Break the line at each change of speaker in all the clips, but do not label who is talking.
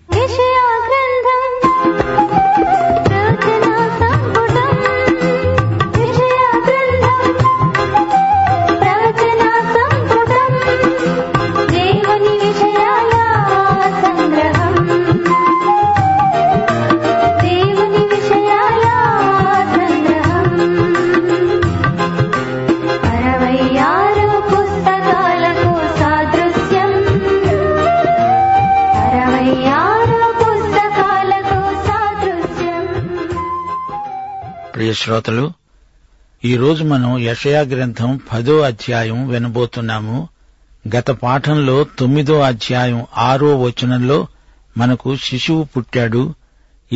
గ్రంథం రచనా సంపుటం విషయా గ్రంథం రచనా సంపుటం జీవని విషయాల సంగ్రహం జీవని విషయాల సంగ్రహం అరవై ఆరు పుస్తకాలకు సాదృశ్యం అరవై ఆరు పుస్తకాలకు సాదృశ్యం
ప్రియ శ్రోతలు ఈ రోజు మనం యషయా గ్రంథం పదో అధ్యాయం వినబోతున్నాము గత పాఠంలో తొమ్మిదో అధ్యాయం ఆరో వచనంలో మనకు శిశువు పుట్టాడు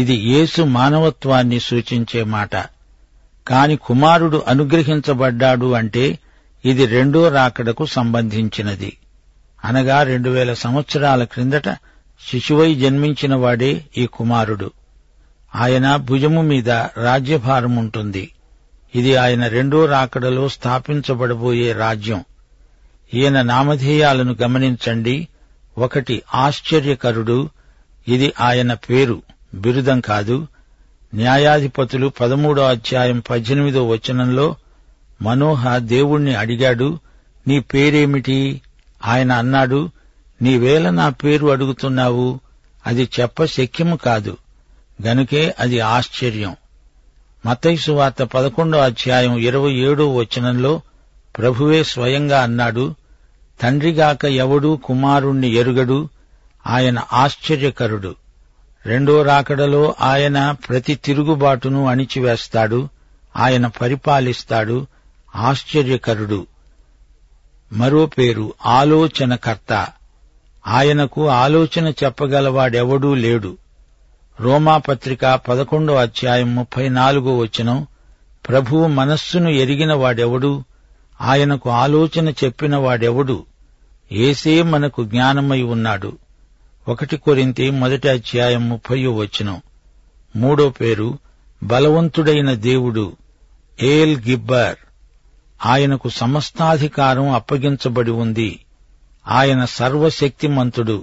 ఇది యేసు మానవత్వాన్ని సూచించే మాట కాని కుమారుడు అనుగ్రహించబడ్డాడు అంటే ఇది రెండో రాకడకు సంబంధించినది అనగా రెండు వేల సంవత్సరాల క్రిందట శిశువై జన్మించిన వాడే ఈ కుమారుడు ఆయన భుజము మీద రాజ్యభారం ఉంటుంది ఇది ఆయన రెండో రాకడలో స్థాపించబడబోయే రాజ్యం ఈయన నామధేయాలను గమనించండి ఒకటి ఆశ్చర్యకరుడు ఇది ఆయన పేరు బిరుదం కాదు న్యాయాధిపతులు పదమూడో అధ్యాయం పద్దెనిమిదో వచనంలో మనోహ దేవుణ్ణి అడిగాడు నీ పేరేమిటి ఆయన అన్నాడు నీవేళ నా పేరు అడుగుతున్నావు అది చెప్ప శక్యము కాదు గనుకే అది ఆశ్చర్యం మతైసు వార్త పదకొండో అధ్యాయం ఇరవై ఏడో వచనంలో ప్రభువే స్వయంగా అన్నాడు తండ్రిగాక ఎవడూ కుమారుణ్ణి ఎరుగడు ఆయన ఆశ్చర్యకరుడు రెండో రాకడలో ఆయన ప్రతి తిరుగుబాటును అణిచివేస్తాడు ఆయన పరిపాలిస్తాడు ఆశ్చర్యకరుడు మరో పేరు ఆలోచనకర్త ఆయనకు ఆలోచన చెప్పగలవాడెవడూ లేడు రోమాపత్రిక పదకొండో అధ్యాయం ముప్పై నాలుగో వచనం ప్రభువు మనస్సును ఎరిగిన వాడెవడు ఆయనకు ఆలోచన చెప్పిన వాడెవడు ఏసే మనకు జ్ఞానమై ఉన్నాడు ఒకటి కొరింతి మొదటి అధ్యాయం ముప్పయో వచనం మూడో పేరు బలవంతుడైన దేవుడు ఏల్ గిబ్బర్ ఆయనకు సమస్తాధికారం అప్పగించబడి ఉంది ఆయన సర్వశక్తిమంతుడు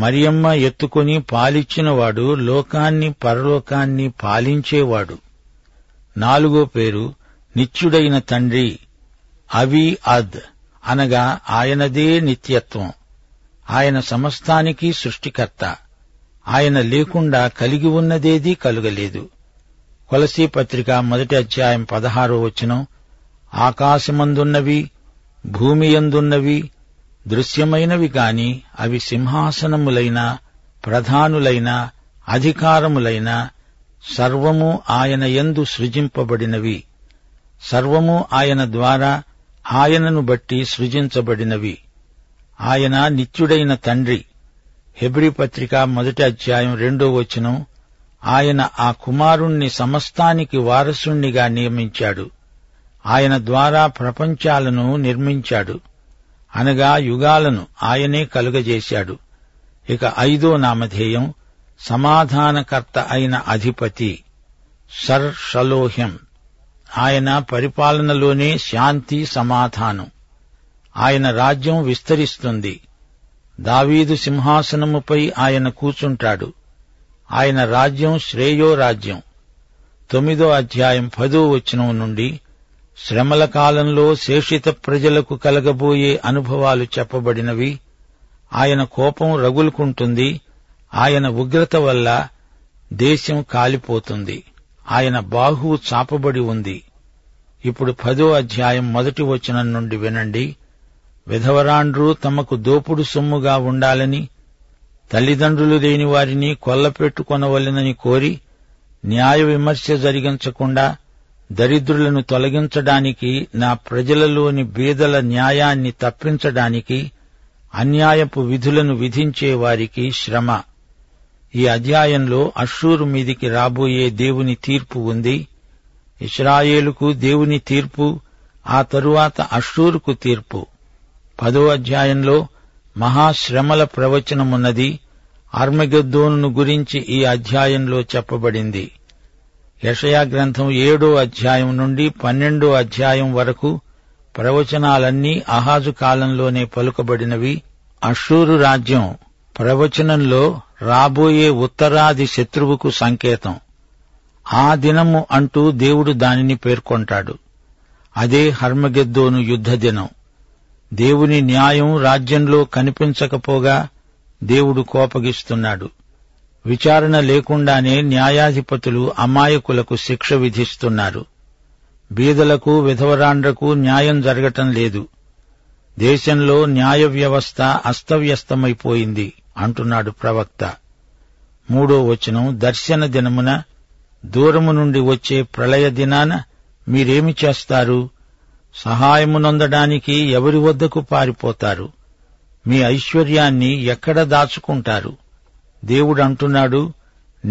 మరియమ్మ ఎత్తుకుని పాలిచ్చినవాడు లోకాన్ని పరలోకాన్ని పాలించేవాడు నాలుగో పేరు నిత్యుడైన తండ్రి అవి అద్ అనగా ఆయనదే నిత్యత్వం ఆయన సమస్తానికి సృష్టికర్త ఆయన లేకుండా కలిగి ఉన్నదేదీ కలుగలేదు కొలసీ పత్రిక మొదటి అధ్యాయం పదహారో వచనం ఆకాశమందున్నవి భూమి యందున్నవి దృశ్యమైనవి గాని అవి సింహాసనములైన ప్రధానులైన అధికారములైన సర్వము ఆయన యందు సృజింపబడినవి సర్వము ఆయన ద్వారా ఆయనను బట్టి సృజించబడినవి ఆయన నిత్యుడైన తండ్రి హెబ్రి పత్రిక మొదటి అధ్యాయం రెండో వచనం ఆయన ఆ కుమారుణ్ణి సమస్తానికి వారసుణ్ణిగా నియమించాడు ఆయన ద్వారా ప్రపంచాలను నిర్మించాడు అనగా యుగాలను ఆయనే కలుగజేశాడు ఇక ఐదో నామధేయం సమాధానకర్త అయిన అధిపతి సర్ షలోహ్యం ఆయన పరిపాలనలోనే శాంతి సమాధానం ఆయన రాజ్యం విస్తరిస్తుంది దావీదు సింహాసనముపై ఆయన కూర్చుంటాడు ఆయన రాజ్యం శ్రేయో రాజ్యం తొమ్మిదో అధ్యాయం పదో వచనం నుండి శ్రమల కాలంలో శేషిత ప్రజలకు కలగబోయే అనుభవాలు చెప్పబడినవి ఆయన కోపం రగులుకుంటుంది ఆయన ఉగ్రత వల్ల దేశం కాలిపోతుంది ఆయన బాహువు చాపబడి ఉంది ఇప్పుడు పదో అధ్యాయం మొదటి వచనం నుండి వినండి విధవరాండ్రు తమకు దోపుడు సొమ్ముగా ఉండాలని తల్లిదండ్రులు లేని వారిని కొల్లపెట్టుకొనవలెనని కోరి న్యాయ విమర్శ జరిగించకుండా దరిద్రులను తొలగించడానికి నా ప్రజలలోని బీదల న్యాయాన్ని తప్పించడానికి అన్యాయపు విధులను విధించే వారికి శ్రమ ఈ అధ్యాయంలో అషూరు మీదికి రాబోయే దేవుని తీర్పు ఉంది ఇస్రాయేలుకు దేవుని తీర్పు ఆ తరువాత అషూరుకు తీర్పు పదో అధ్యాయంలో మహాశ్రమల ప్రవచనమున్నది అర్మగద్దోను గురించి ఈ అధ్యాయంలో చెప్పబడింది యషయా గ్రంథం ఏడో అధ్యాయం నుండి పన్నెండో అధ్యాయం వరకు ప్రవచనాలన్నీ అహాజు కాలంలోనే పలుకబడినవి అషూరు రాజ్యం ప్రవచనంలో రాబోయే ఉత్తరాది శత్రువుకు సంకేతం ఆ దినము అంటూ దేవుడు దానిని పేర్కొంటాడు అదే హర్మగెద్దోను యుద్ధ దినం దేవుని న్యాయం రాజ్యంలో కనిపించకపోగా దేవుడు కోపగిస్తున్నాడు విచారణ లేకుండానే న్యాయాధిపతులు అమాయకులకు శిక్ష విధిస్తున్నారు బీదలకు విధవరాండ్రకు న్యాయం జరగటం లేదు దేశంలో న్యాయ వ్యవస్థ అస్తవ్యస్తమైపోయింది అంటున్నాడు ప్రవక్త మూడో వచనం దర్శన దినమున దూరము నుండి వచ్చే ప్రళయ దినాన మీరేమి చేస్తారు సహాయమునొందడానికి ఎవరి వద్దకు పారిపోతారు మీ ఐశ్వర్యాన్ని ఎక్కడ దాచుకుంటారు దేవుడు అంటున్నాడు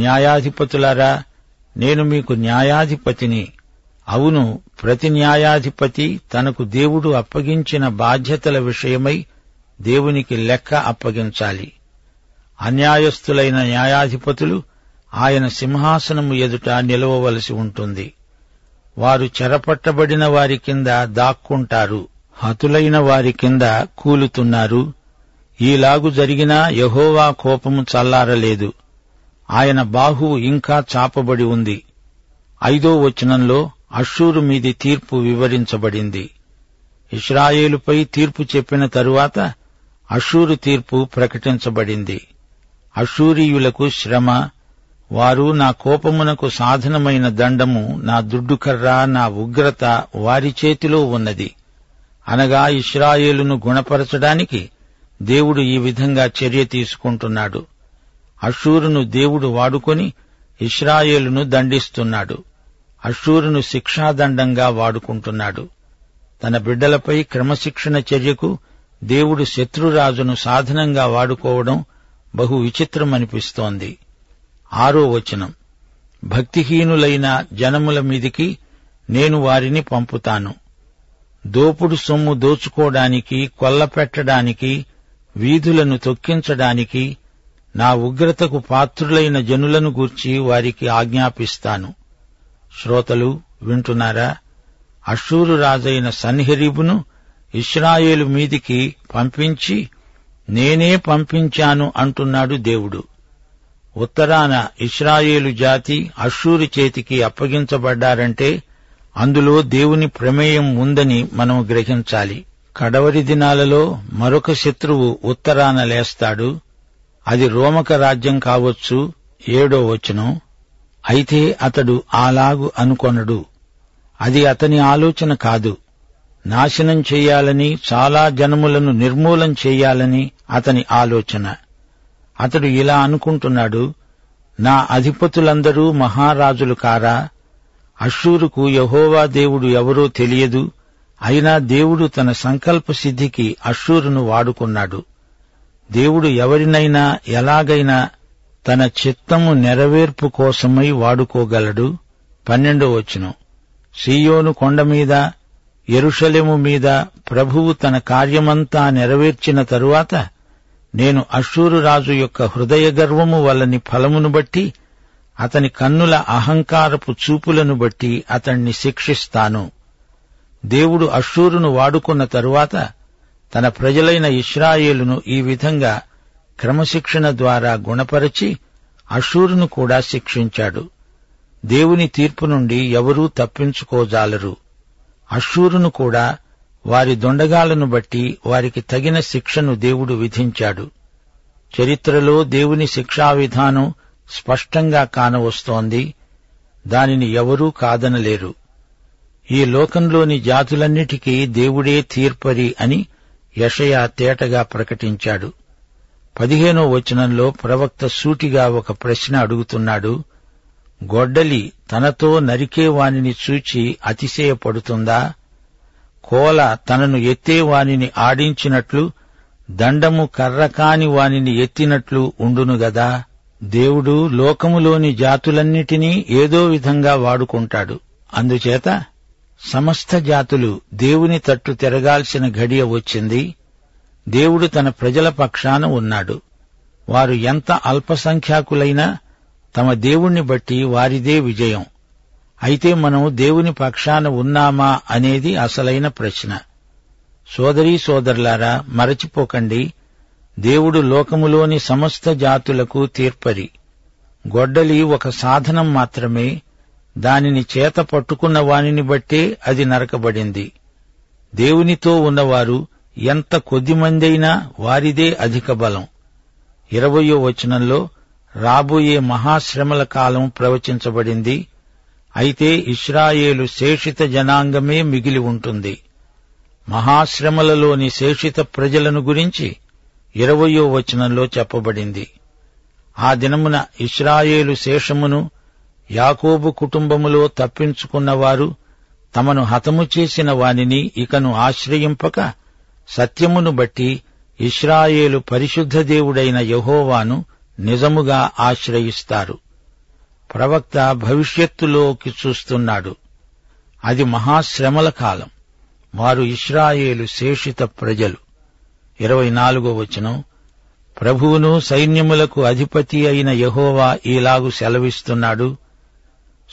న్యాయాధిపతులారా నేను మీకు న్యాయాధిపతిని అవును ప్రతి న్యాయాధిపతి తనకు దేవుడు అప్పగించిన బాధ్యతల విషయమై దేవునికి లెక్క అప్పగించాలి అన్యాయస్థులైన న్యాయాధిపతులు ఆయన సింహాసనము ఎదుట నిలవవలసి ఉంటుంది వారు చెరపట్టబడిన వారి కింద దాక్కుంటారు హతులైన వారి కింద కూలుతున్నారు ఈలాగు జరిగినా యహోవా కోపము చల్లారలేదు ఆయన బాహువు ఇంకా చాపబడి ఉంది ఐదో వచనంలో అషూరు మీది తీర్పు వివరించబడింది ఇస్రాయేలుపై తీర్పు చెప్పిన తరువాత అషూరు తీర్పు ప్రకటించబడింది అషూరియులకు శ్రమ వారు నా కోపమునకు సాధనమైన దండము నా దుడ్డుకర్ర నా ఉగ్రత వారి చేతిలో ఉన్నది అనగా ఇస్రాయేలును గుణపరచడానికి దేవుడు ఈ విధంగా చర్య తీసుకుంటున్నాడు అషూరును దేవుడు వాడుకొని ఇస్రాయేలును దండిస్తున్నాడు అషూరును శిక్షాదండంగా వాడుకుంటున్నాడు తన బిడ్డలపై క్రమశిక్షణ చర్యకు దేవుడు శత్రురాజును సాధనంగా వాడుకోవడం బహు విచిత్రమనిపిస్తోంది ఆరో వచనం భక్తిహీనులైన జనముల మీదికి నేను వారిని పంపుతాను దోపుడు సొమ్ము దోచుకోవడానికి కొల్లపెట్టడానికి వీధులను తొక్కించడానికి నా ఉగ్రతకు పాత్రులైన జనులను గూర్చి వారికి ఆజ్ఞాపిస్తాను శ్రోతలు వింటున్నారా అషూరు రాజైన సన్హెరీబును ఇస్రాయేలు మీదికి పంపించి నేనే పంపించాను అంటున్నాడు దేవుడు ఉత్తరాన ఇస్రాయేలు జాతి అషూరు చేతికి అప్పగించబడ్డారంటే అందులో దేవుని ప్రమేయం ఉందని మనం గ్రహించాలి కడవరి దినాలలో మరొక శత్రువు ఉత్తరాన లేస్తాడు అది రోమక రాజ్యం కావచ్చు ఏడో వచనం అయితే అతడు అలాగు అనుకొనడు అది అతని ఆలోచన కాదు నాశనం చేయాలని చాలా జనములను నిర్మూలం చేయాలని అతని ఆలోచన అతడు ఇలా అనుకుంటున్నాడు నా అధిపతులందరూ మహారాజులు కారా అషూరుకు యహోవా దేవుడు ఎవరో తెలియదు అయినా దేవుడు తన సంకల్ప సిద్ధికి అషూరును వాడుకున్నాడు దేవుడు ఎవరినైనా ఎలాగైనా తన చిత్తము నెరవేర్పు కోసమై వాడుకోగలడు పన్నెండో వచనం సీయోను కొండ మీద ఎరుషలేము మీద ప్రభువు తన కార్యమంతా నెరవేర్చిన తరువాత నేను అషూరు రాజు యొక్క హృదయ గర్వము వల్లని ఫలమును బట్టి అతని కన్నుల అహంకారపు చూపులను బట్టి అతణ్ణి శిక్షిస్తాను దేవుడు అషూరును వాడుకున్న తరువాత తన ప్రజలైన ఇస్రాయేలును ఈ విధంగా క్రమశిక్షణ ద్వారా గుణపరచి అషూరును కూడా శిక్షించాడు దేవుని తీర్పు నుండి ఎవరూ తప్పించుకోజాలరు అషూరును కూడా వారి దొండగాలను బట్టి వారికి తగిన శిక్షను దేవుడు విధించాడు చరిత్రలో దేవుని శిక్షా విధానం స్పష్టంగా కానవస్తోంది దానిని ఎవరూ కాదనలేరు ఈ లోకంలోని జాతులన్నిటికీ దేవుడే తీర్పరి అని యెషయా తేటగా ప్రకటించాడు పదిహేనో వచనంలో ప్రవక్త సూటిగా ఒక ప్రశ్న అడుగుతున్నాడు గొడ్డలి తనతో నరికేవానిని చూచి అతిశయపడుతుందా కోల తనను ఎత్తేవానిని ఆడించినట్లు దండము కర్ర కాని వానిని ఎత్తినట్లు ఉండును గదా దేవుడు లోకములోని జాతులన్నిటినీ ఏదో విధంగా వాడుకుంటాడు అందుచేత సమస్త జాతులు దేవుని తట్టు తిరగాల్సిన ఘడియ వచ్చింది దేవుడు తన ప్రజల పక్షాన ఉన్నాడు వారు ఎంత అల్పసంఖ్యాకులైనా తమ దేవుణ్ణి బట్టి వారిదే విజయం అయితే మనం దేవుని పక్షాన ఉన్నామా అనేది అసలైన ప్రశ్న సోదరీ సోదరులారా మరచిపోకండి దేవుడు లోకములోని సమస్త జాతులకు తీర్పరి గొడ్డలి ఒక సాధనం మాత్రమే దానిని చేత పట్టుకున్న వానిని బట్టే అది నరకబడింది దేవునితో ఉన్నవారు ఎంత కొద్దిమందైనా వారిదే అధిక బలం ఇరవయో వచనంలో రాబోయే మహాశ్రమల కాలం ప్రవచించబడింది అయితే ఇస్రాయేలు శేషిత జనాంగమే మిగిలి ఉంటుంది మహాశ్రమలలోని శేషిత ప్రజలను గురించి ఇరవయో వచనంలో చెప్పబడింది ఆ దినమున ఇస్రాయేలు శేషమును యాకోబు కుటుంబములో తప్పించుకున్నవారు తమను హతము చేసిన వానిని ఇకను ఆశ్రయింపక సత్యమును బట్టి ఇస్రాయేలు పరిశుద్ధ దేవుడైన యెహోవాను నిజముగా ఆశ్రయిస్తారు ప్రవక్త భవిష్యత్తులోకి చూస్తున్నాడు అది మహాశ్రమల కాలం వారు ఇస్రాయేలు శేషిత ప్రజలు ఇరవై నాలుగో వచనం ప్రభువును సైన్యములకు అధిపతి అయిన యెహోవా ఈలాగు సెలవిస్తున్నాడు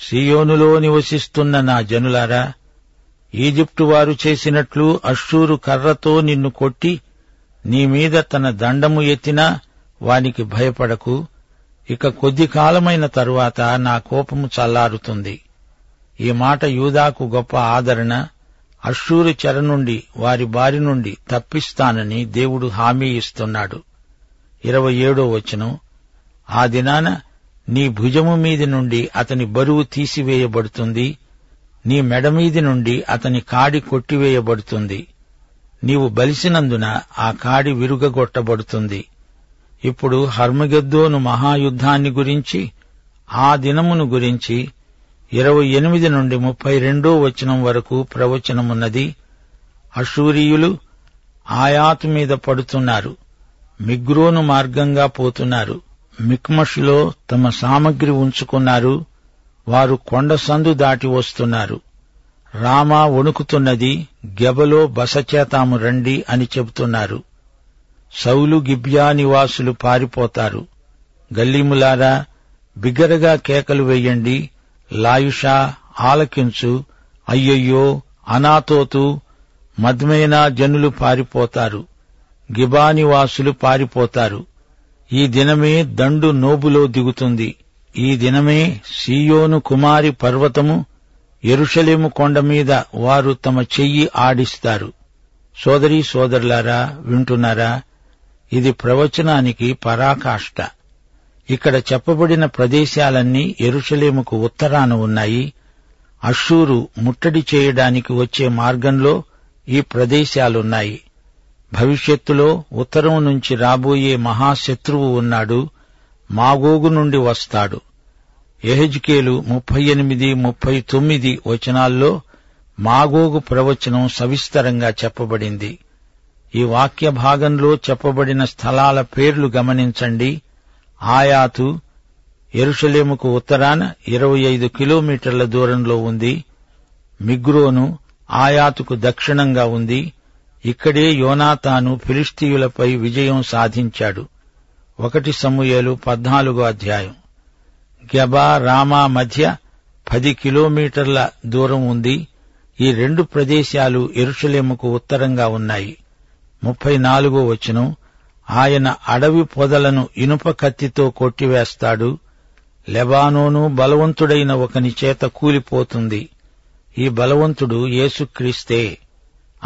సియోనులో నివసిస్తున్న నా జనులారా ఈజిప్టు వారు చేసినట్లు అశ్షూరు కర్రతో నిన్ను కొట్టి నీ మీద తన దండము ఎత్తినా వానికి భయపడకు ఇక కొద్ది కాలమైన తరువాత నా కోపము చల్లారుతుంది ఈ మాట యూదాకు గొప్ప ఆదరణ అశ్షూరు చెర నుండి వారి బారి నుండి తప్పిస్తానని దేవుడు హామీ ఇస్తున్నాడు ఇరవై ఏడో వచనం ఆ దినాన నీ భుజము మీది నుండి అతని బరువు తీసివేయబడుతుంది నీ మెడ మీది నుండి అతని కాడి కొట్టివేయబడుతుంది నీవు బలిసినందున ఆ కాడి విరుగగొట్టబడుతుంది ఇప్పుడు హర్మగెద్దోను మహాయుద్ధాన్ని గురించి ఆ దినమును గురించి ఇరవై ఎనిమిది నుండి ముప్పై రెండో వచనం వరకు ప్రవచనమున్నది అశూరియులు ఆయాతు మీద పడుతున్నారు మిగ్రోను మార్గంగా పోతున్నారు మిక్మషులో తమ సామగ్రి ఉంచుకున్నారు వారు కొండ సందు దాటి వస్తున్నారు రామా వణుకుతున్నది గెబలో బస చేతాము రండి అని చెబుతున్నారు సౌలు గిబ్యా నివాసులు పారిపోతారు గల్లీములారా బిగ్గరగా కేకలు వేయండి లాయుషా ఆలకించు అయ్యయ్యో అనాతోతు మద్మేనా జనులు పారిపోతారు గిబా నివాసులు పారిపోతారు ఈ దినమే దండు నోబులో దిగుతుంది ఈ దినమే సీయోను కుమారి పర్వతము ఎరుషలేము కొండ మీద వారు తమ చెయ్యి ఆడిస్తారు సోదరీ సోదరులారా వింటున్నారా ఇది ప్రవచనానికి పరాకాష్ట ఇక్కడ చెప్పబడిన ప్రదేశాలన్నీ ఎరుషలేముకు ఉత్తరాన ఉన్నాయి అషూరు ముట్టడి చేయడానికి వచ్చే మార్గంలో ఈ ప్రదేశాలున్నాయి భవిష్యత్తులో ఉత్తరం నుంచి రాబోయే మహాశత్రువు ఉన్నాడు మాగోగు నుండి వస్తాడు ఎహెజ్కేలు ముప్పై ఎనిమిది ముప్పై తొమ్మిది వచనాల్లో మాగోగు ప్రవచనం సవిస్తరంగా చెప్పబడింది ఈ వాక్య భాగంలో చెప్పబడిన స్థలాల పేర్లు గమనించండి ఆయాతు ఎరుషలేముకు ఉత్తరాన ఇరవై ఐదు కిలోమీటర్ల దూరంలో ఉంది మిగ్రోను ఆయాతుకు దక్షిణంగా ఉంది ఇక్కడే యోనాతాను ఫిలిస్తీయులపై విజయం సాధించాడు ఒకటి సమూయేలు పద్నాలుగో అధ్యాయం గెబా రామా మధ్య పది కిలోమీటర్ల దూరం ఉంది ఈ రెండు ప్రదేశాలు ఎరుషలేముకు ఉత్తరంగా ఉన్నాయి ముప్పై నాలుగో వచనం ఆయన అడవి పొదలను ఇనుప కత్తితో కొట్టివేస్తాడు లెబానోను బలవంతుడైన ఒకని చేత కూలిపోతుంది ఈ బలవంతుడు యేసుక్రీస్తే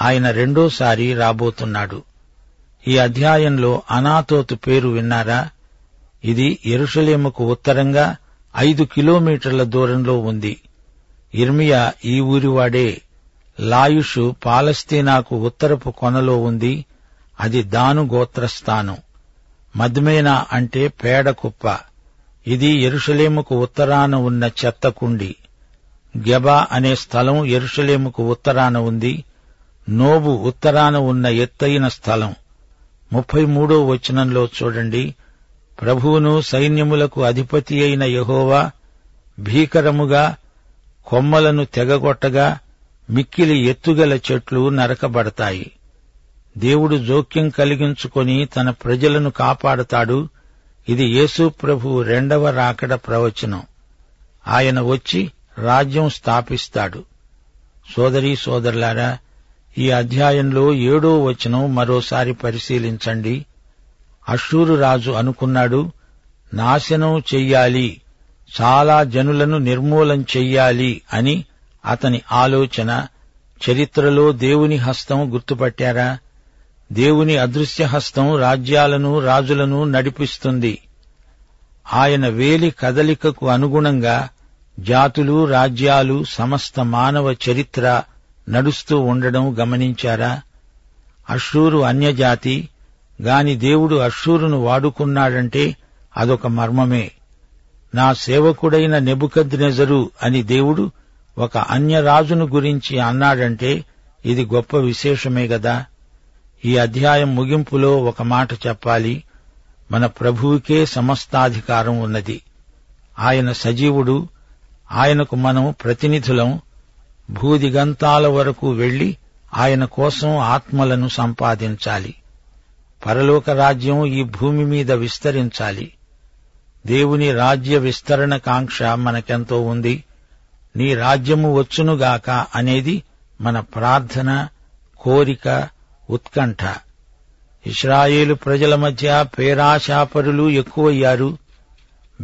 ఆయన రెండోసారి రాబోతున్నాడు ఈ అధ్యాయంలో అనాతోతు పేరు విన్నారా ఇది ఎరుషలేముకు ఉత్తరంగా ఐదు కిలోమీటర్ల దూరంలో ఉంది ఇర్మియా ఈ ఊరివాడే లాయుషు పాలస్తీనాకు ఉత్తరపు కొనలో ఉంది అది దాను గోత్రస్థానం మద్మేనా అంటే పేడ కుప్ప ఇది ఎరుషలేముకు ఉత్తరాన ఉన్న చెత్త కుండి గెబా అనే స్థలం ఎరుషలేముకు ఉత్తరాన ఉంది నోబు ఉత్తరాన ఉన్న ఎత్తైన స్థలం ముప్పై మూడో వచనంలో చూడండి ప్రభువును సైన్యములకు అధిపతి అయిన యహోవా భీకరముగా కొమ్మలను తెగగొట్టగా మిక్కిలి ఎత్తుగల చెట్లు నరకబడతాయి దేవుడు జోక్యం కలిగించుకొని తన ప్రజలను కాపాడతాడు ఇది యేసు ప్రభు రెండవ రాకడ ప్రవచనం ఆయన వచ్చి రాజ్యం స్థాపిస్తాడు సోదరీ సోదరులారా ఈ అధ్యాయంలో ఏడో వచనం మరోసారి పరిశీలించండి అషూరు రాజు అనుకున్నాడు నాశనం చెయ్యాలి చాలా జనులను నిర్మూలం చెయ్యాలి అని అతని ఆలోచన చరిత్రలో దేవుని హస్తం గుర్తుపట్టారా దేవుని అదృశ్య హస్తం రాజ్యాలను రాజులను నడిపిస్తుంది ఆయన వేలి కదలికకు అనుగుణంగా జాతులు రాజ్యాలు సమస్త మానవ చరిత్ర నడుస్తూ ఉండడం గమనించారా అషూరు అన్యజాతి గాని దేవుడు అషూరును వాడుకున్నాడంటే అదొక మర్మమే నా సేవకుడైన నెబుకద్నెజరు అని దేవుడు ఒక అన్యరాజును గురించి అన్నాడంటే ఇది గొప్ప విశేషమే గదా ఈ అధ్యాయం ముగింపులో ఒక మాట చెప్పాలి మన ప్రభువుకే సమస్తాధికారం ఉన్నది ఆయన సజీవుడు ఆయనకు మనం ప్రతినిధులం భూదిగంతాల వరకు వెళ్లి ఆయన కోసం ఆత్మలను సంపాదించాలి పరలోక రాజ్యం ఈ భూమి మీద విస్తరించాలి దేవుని రాజ్య విస్తరణ కాంక్ష మనకెంతో ఉంది నీ రాజ్యము వచ్చునుగాక అనేది మన ప్రార్థన కోరిక ఉత్కంఠ ఇస్రాయేలు ప్రజల మధ్య పేరాశాపరులు ఎక్కువయ్యారు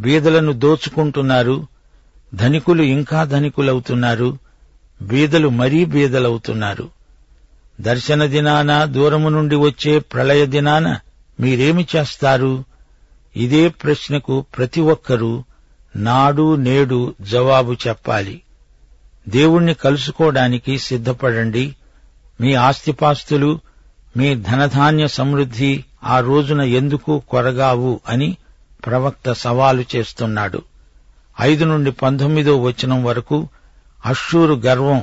బీదలను దోచుకుంటున్నారు ధనికులు ఇంకా ధనికులవుతున్నారు బీదలు మరీ బీదలవుతున్నారు దర్శన దినాన దూరము నుండి వచ్చే ప్రళయ దినాన మీరేమి చేస్తారు ఇదే ప్రశ్నకు ప్రతి ఒక్కరూ నాడు నేడు జవాబు చెప్పాలి దేవుణ్ణి కలుసుకోవడానికి సిద్ధపడండి మీ ఆస్తిపాస్తులు మీ ధనధాన్య సమృద్ధి ఆ రోజున ఎందుకు కొరగావు అని ప్రవక్త సవాలు చేస్తున్నాడు ఐదు నుండి పంతొమ్మిదో వచనం వరకు అష్షూరు గర్వం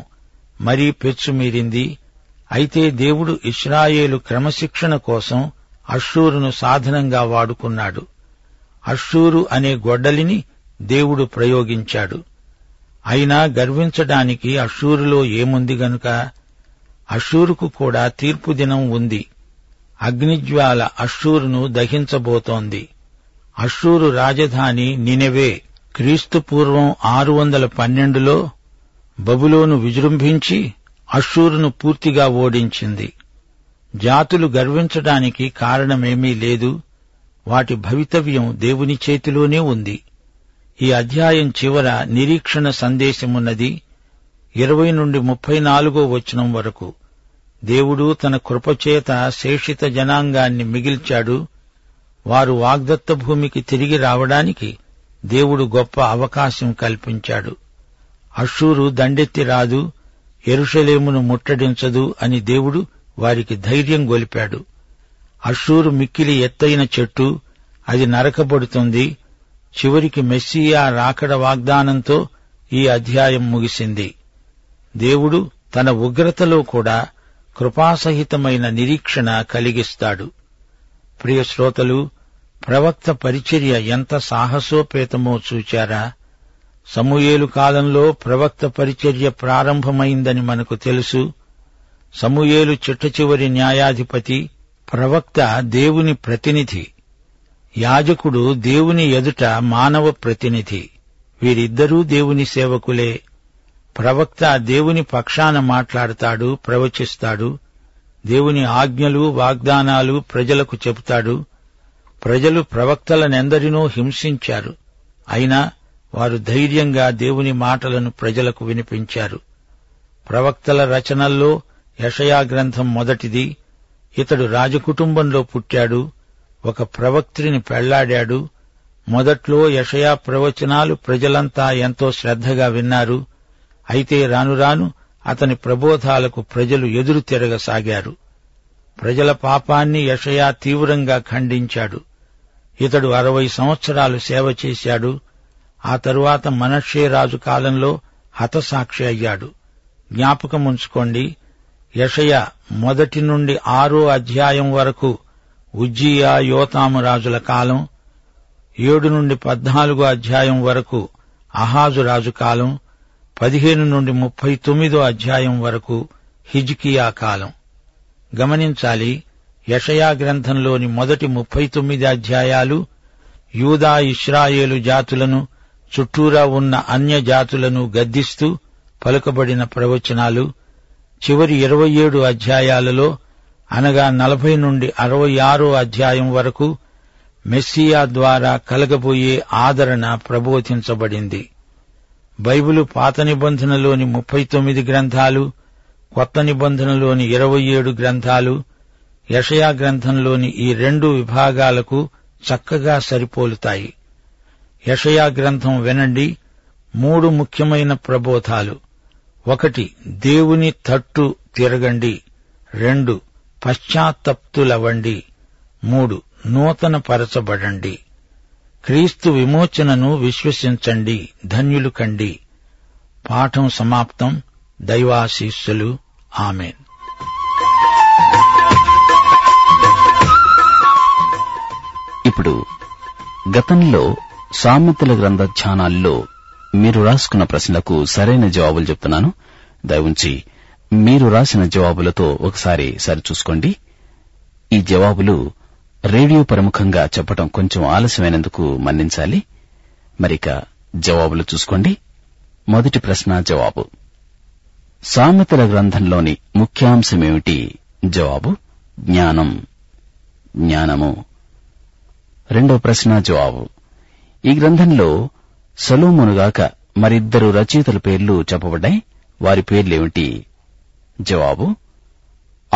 మరీ పెచ్చుమీరింది అయితే దేవుడు ఇస్రాయేలు క్రమశిక్షణ కోసం అష్షూరును సాధనంగా వాడుకున్నాడు అష్షూరు అనే గొడ్డలిని దేవుడు ప్రయోగించాడు అయినా గర్వించడానికి అష్షూరులో ఏముంది గనుక అష్షూరుకు కూడా తీర్పు దినం ఉంది అగ్నిజ్వాల అష్షూరును దహించబోతోంది అష్షూరు రాజధాని నినెవే క్రీస్తు పూర్వం ఆరు వందల పన్నెండులో బబులోను విజృంభించి అషూరును పూర్తిగా ఓడించింది జాతులు గర్వించడానికి కారణమేమీ లేదు వాటి భవితవ్యం దేవుని చేతిలోనే ఉంది ఈ అధ్యాయం చివర నిరీక్షణ సందేశమున్నది ఇరవై నుండి ముప్పై నాలుగో వచనం వరకు దేవుడు తన కృపచేత శేషిత జనాంగాన్ని మిగిల్చాడు వారు వాగ్దత్త భూమికి తిరిగి రావడానికి దేవుడు గొప్ప అవకాశం కల్పించాడు అషూరు దండెత్తి రాదు ఎరుషలేమును ముట్టడించదు అని దేవుడు వారికి ధైర్యం గొలిపాడు అషూరు మిక్కిలి ఎత్తైన చెట్టు అది నరకబడుతుంది చివరికి మెస్సియా రాకడ వాగ్దానంతో ఈ అధ్యాయం ముగిసింది దేవుడు తన ఉగ్రతలో కూడా కృపాసహితమైన నిరీక్షణ కలిగిస్తాడు ప్రియ శ్రోతలు ప్రవక్త పరిచర్య ఎంత సాహసోపేతమో చూచారా సమూయేలు కాలంలో ప్రవక్త పరిచర్య ప్రారంభమైందని మనకు తెలుసు సమూయేలు చిట్ట చివరి న్యాయాధిపతి ప్రవక్త దేవుని ప్రతినిధి యాజకుడు దేవుని ఎదుట మానవ ప్రతినిధి వీరిద్దరూ దేవుని సేవకులే ప్రవక్త దేవుని పక్షాన మాట్లాడతాడు ప్రవచిస్తాడు దేవుని ఆజ్ఞలు వాగ్దానాలు ప్రజలకు చెబుతాడు ప్రజలు ప్రవక్తలనెందరినో హింసించారు అయినా వారు ధైర్యంగా దేవుని మాటలను ప్రజలకు వినిపించారు ప్రవక్తల రచనల్లో యషయా గ్రంథం మొదటిది ఇతడు రాజకుటుంబంలో పుట్టాడు ఒక ప్రవక్త్రిని పెళ్లాడాడు మొదట్లో యషయా ప్రవచనాలు ప్రజలంతా ఎంతో శ్రద్ధగా విన్నారు అయితే రానురాను అతని ప్రబోధాలకు ప్రజలు ఎదురు తిరగసాగారు ప్రజల పాపాన్ని యషయా తీవ్రంగా ఖండించాడు ఇతడు అరవై సంవత్సరాలు సేవ చేశాడు ఆ తరువాత మనషే రాజు కాలంలో హతసాక్షి అయ్యాడు జ్ఞాపకం ఉంచుకోండి యషయ మొదటి నుండి ఆరో అధ్యాయం వరకు ఉజ్జియా యోతాము రాజుల కాలం ఏడు నుండి పద్నాలుగో అధ్యాయం వరకు అహాజు రాజు కాలం పదిహేను నుండి ముప్పై తొమ్మిదో అధ్యాయం వరకు హిజ్కియా కాలం గమనించాలి యషయా గ్రంథంలోని మొదటి ముప్పై తొమ్మిది అధ్యాయాలు యూదా ఇస్రాయేలు జాతులను చుట్టూరా ఉన్న అన్య జాతులను గద్దిస్తూ పలుకబడిన ప్రవచనాలు చివరి ఇరవై ఏడు అధ్యాయాలలో అనగా నలభై నుండి అరవై ఆరో అధ్యాయం వరకు మెస్సియా ద్వారా కలగబోయే ఆదరణ ప్రబోధించబడింది బైబిలు పాత నిబంధనలోని ముప్పై తొమ్మిది గ్రంథాలు కొత్త నిబంధనలోని ఇరవై ఏడు గ్రంథాలు యషయా గ్రంథంలోని ఈ రెండు విభాగాలకు చక్కగా సరిపోలుతాయి యషయా గ్రంథం వినండి మూడు ముఖ్యమైన ప్రబోధాలు ఒకటి దేవుని తట్టు తిరగండి రెండు పశ్చాత్తప్తులవండి మూడు నూతన పరచబడండి క్రీస్తు విమోచనను విశ్వసించండి ధన్యులు కండి పాఠం సమాప్తం దైవాశీస్సులు ఆమెన్
ఇప్పుడు గతంలో సామెతల గ్రంథ ధ్యానాల్లో మీరు రాసుకున్న ప్రశ్నలకు సరైన జవాబులు చెప్తున్నాను దయవుంచి మీరు రాసిన జవాబులతో ఒకసారి సరిచూసుకోండి ఈ జవాబులు రేడియో ప్రముఖంగా చెప్పటం కొంచెం ఆలస్యమైనందుకు మన్నించాలి మరిక జవాబులు చూసుకోండి మొదటి ప్రశ్న జవాబు సామెతల గ్రంథంలోని ముఖ్యాంశమేమిటి జవాబు జ్ఞానం జ్ఞానము రెండో ప్రశ్న జవాబు ఈ గ్రంథంలో సొలోమునుగాక మరిద్దరు రచయితల పేర్లు చెప్పబడ్డాయి వారి పేర్లేమిటి జవాబు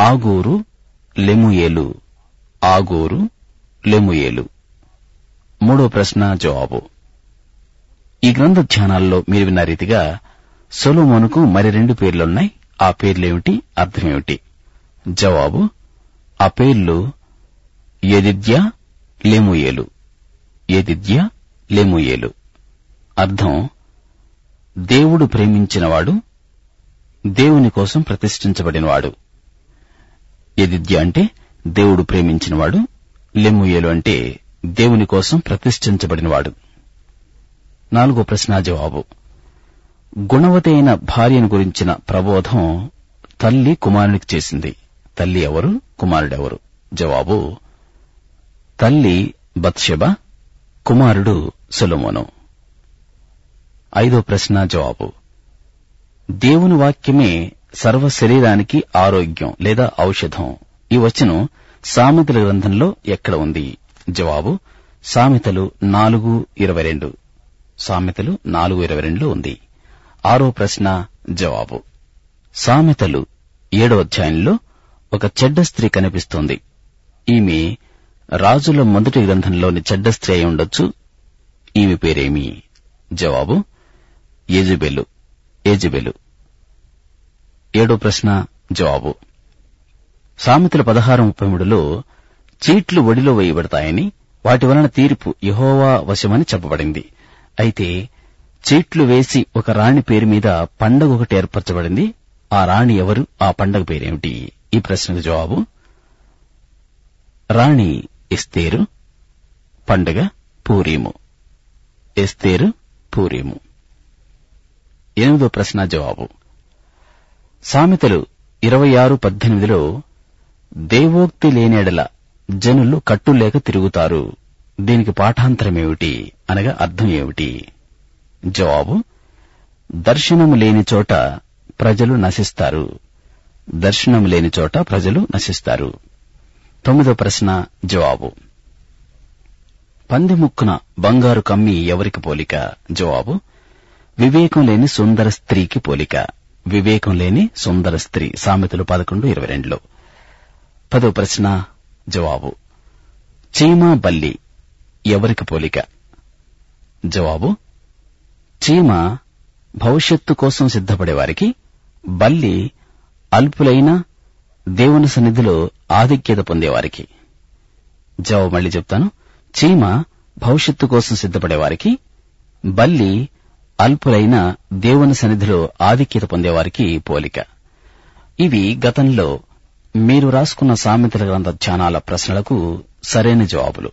ఆగూరు లెముయేలు ఆగూరు లెముయేలు మూడో ప్రశ్న జవాబు ఈ గ్రంథ ధ్యానాల్లో మీరు విన్న రీతిగా సొలోమోనుకు మరి రెండు పేర్లున్నాయి ఆ పేర్లేమిటి అర్థమేమిటి జవాబు ఆ పేర్లు ఎదిద్య లెముయేలు ఎదిద్య లెముయేలు అర్థం దేవుడు ప్రేమించినవాడు దేవుని కోసం ప్రతిష్ఠించబడినవాడు ఎదిద్య అంటే దేవుడు ప్రేమించినవాడు లెమ్ముయేలు అంటే దేవుని కోసం ప్రతిష్ఠించబడినవాడు నాలుగో ప్రశ్న జవాబు గుణవతి అయిన భార్యను గురించిన ప్రబోధం తల్లి కుమారునికి చేసింది తల్లి ఎవరు కుమారుడెవరు జవాబు తల్లి బత్షెబ కుమారుడు సొలొమోను ఐదో ప్రశ్న జవాబు దేవుని వాక్యమే సర్వ శరీరానికి ఆరోగ్యం లేదా ఔషధం ఈ వచనం సామెతల గ్రంథంలో ఎక్కడ ఉంది జవాబు సామెతలు నాలుగు ఇరవై రెండు సామెతలు నాలుగు ఇరవై రెండులో ఉంది ఆరో ప్రశ్న జవాబు సామెతలు ఏడో అధ్యాయంలో ఒక చెడ్డ స్త్రీ కనిపిస్తోంది ఈమె రాజుల మొదటి గ్రంథంలోని చెడ్డ స్త్రీ అయి ఉండొచ్చు ఈమె పేరేమి జవాబు ఏజుబెలు ఏజుబెలు ఏడో ప్రశ్న జవాబు సామెతల పదహారు ముప్పై మూడులో చీట్లు ఒడిలో వేయబడతాయని వాటి వలన తీర్పు యహోవా వశమని చెప్పబడింది అయితే చీట్లు వేసి ఒక రాణి పేరు మీద పండగ ఒకటి ఏర్పరచబడింది ఆ రాణి ఎవరు ఆ పండగ పేరేమిటి ఈ ప్రశ్నకు జవాబు రాణి ఎస్తేరు పండగ పూరీము ఎస్తేరు పూరీము ఎనిమిదో ప్రశ్న జవాబు సామెతలు ఇరవై ఆరు పద్దెనిమిదిలో దేవోక్తి లేనేడల జనులు కట్టులేక తిరుగుతారు దీనికి పాఠాంతరమేమిటి అనగా అర్థం ఏమిటి జవాబు దర్శనము లేని చోట ప్రజలు నశిస్తారు దర్శనం లేని చోట ప్రజలు నశిస్తారు తొమ్మిదో ప్రశ్న జవాబు పందిముక్కున బంగారు కమ్మి ఎవరికి పోలిక జవాబు వివేకం లేని సుందర స్త్రీకి పోలిక వివేకం లేని సుందర స్త్రీ సామెతలు పదకొండు ఇరవై రెండులో పదో ప్రశ్న జవాబు చీమ బల్లి ఎవరికి పోలిక జవాబు చీమ భవిష్యత్తు కోసం సిద్ధపడేవారికి బల్లి అల్పులైన దేవుని సన్నిధిలో ఆధిక్యత పొందేవారికి జవాబు మళ్ళీ చెప్తాను చీమ భవిష్యత్తు కోసం సిద్ధపడేవారికి బల్లి అల్పులైన దేవుని సన్నిధిలో ఆధిక్యత పొందేవారికి పోలిక ఇవి గతంలో మీరు రాసుకున్న సామెతల గ్రంథ ధ్యానాల ప్రశ్నలకు సరైన జవాబులు